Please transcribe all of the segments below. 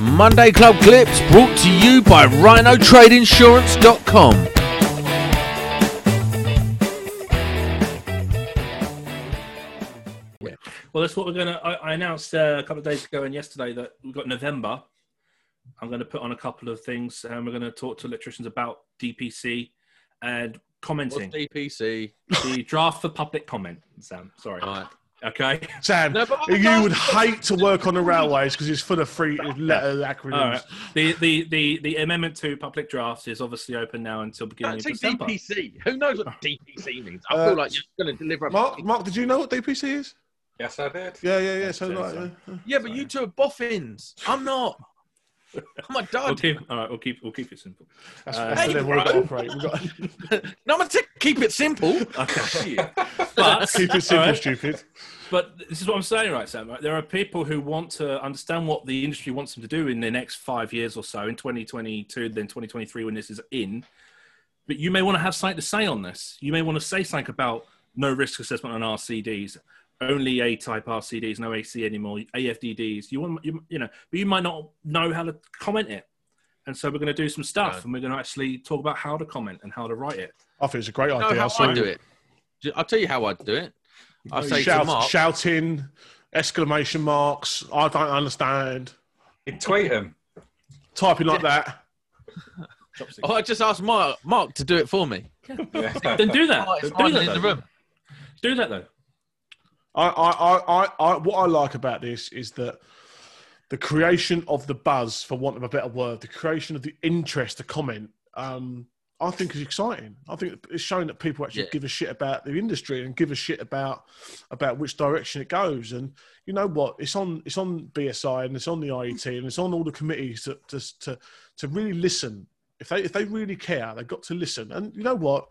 Monday Club Clips brought to you by rhinotradeinsurance.com. Well, that's what we're gonna. I, I announced uh, a couple of days ago and yesterday that we've got November. I'm going to put on a couple of things, and we're going to talk to electricians about DPC and What's commenting. DPC? the draft for public comment, Sam. Sorry. Right. Okay. Sam, No, but I you don't- would hate to work on the railways because it's full of free letter acronyms. All right. The the the the amendment to public drafts is obviously open now until beginning Don't of say December. DPC. Who knows what DPC means? I Uh, feel like you're going to deliver a Mark, Mark, did you know what DPC is? Yes, I did. Yeah, yeah, yeah. So, like, Sorry. uh, Yeah, but you two are boffins. I'm not. I'm a We'll dud. keep, all right, we'll keep we'll keep it simple. that's Uh, that's hey, the level we've got to bro. operate. We've got to No, I'm going to keep it simple. Okay. Shit. but keep it all simple, right, stupid. But this is what I'm saying, right, Sam? Right? There are people who want to understand what the industry wants them to do in the next five years or so, in 2022, then 2023, when this is in. But you may want to have something to say on this. You may want to say something about no risk assessment on RCDs, only A type RCDs, no AC anymore, AFDDs. You want, you, you know, but you might not know how to comment it. And so we're going to do some stuff, Right. and we're going to actually talk about how to comment and how to write it. I think it's a great You know idea. how saw I do it. Ju- I'll tell you how I do it. I you say to shout- Mark, shouting, exclamation marks. I don't understand. You tweet him. Typing like that. Chopsticks. oh, I just asked Mark, Mark to do it for me. Then do that. Oh, it's do, hiding in that the though. room. do that though. I, I, I, I, I, what I like about this is that the creation of the buzz, for want of a better word, the creation of the interest, the comment, um, I think is exciting. I think it's showing that people actually Yeah. give a shit about the industry and give a shit about about which direction it goes. And you know what? It's on it's on BSI and it's on the IET and it's on all the committees to to to, to really listen. If they if they really care, they've got to listen. And you know what?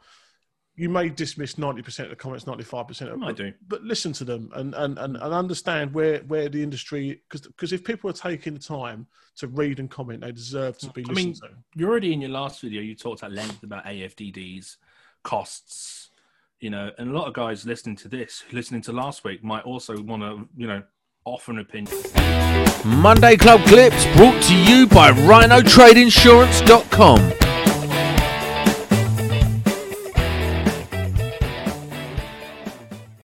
You may dismiss ninety percent of the comments, ninety five percent I of might do. but listen to them and and, and, and understand where, where the industry because because if people are taking the time to read and comment, they deserve to be I listened mean- to. you're already in your last video you talked at length about afdds costs you know and a lot of guys listening to this listening to last week might also want to you know offer an opinion Monday Club Clips brought to you by rhinotradeinsurance.com.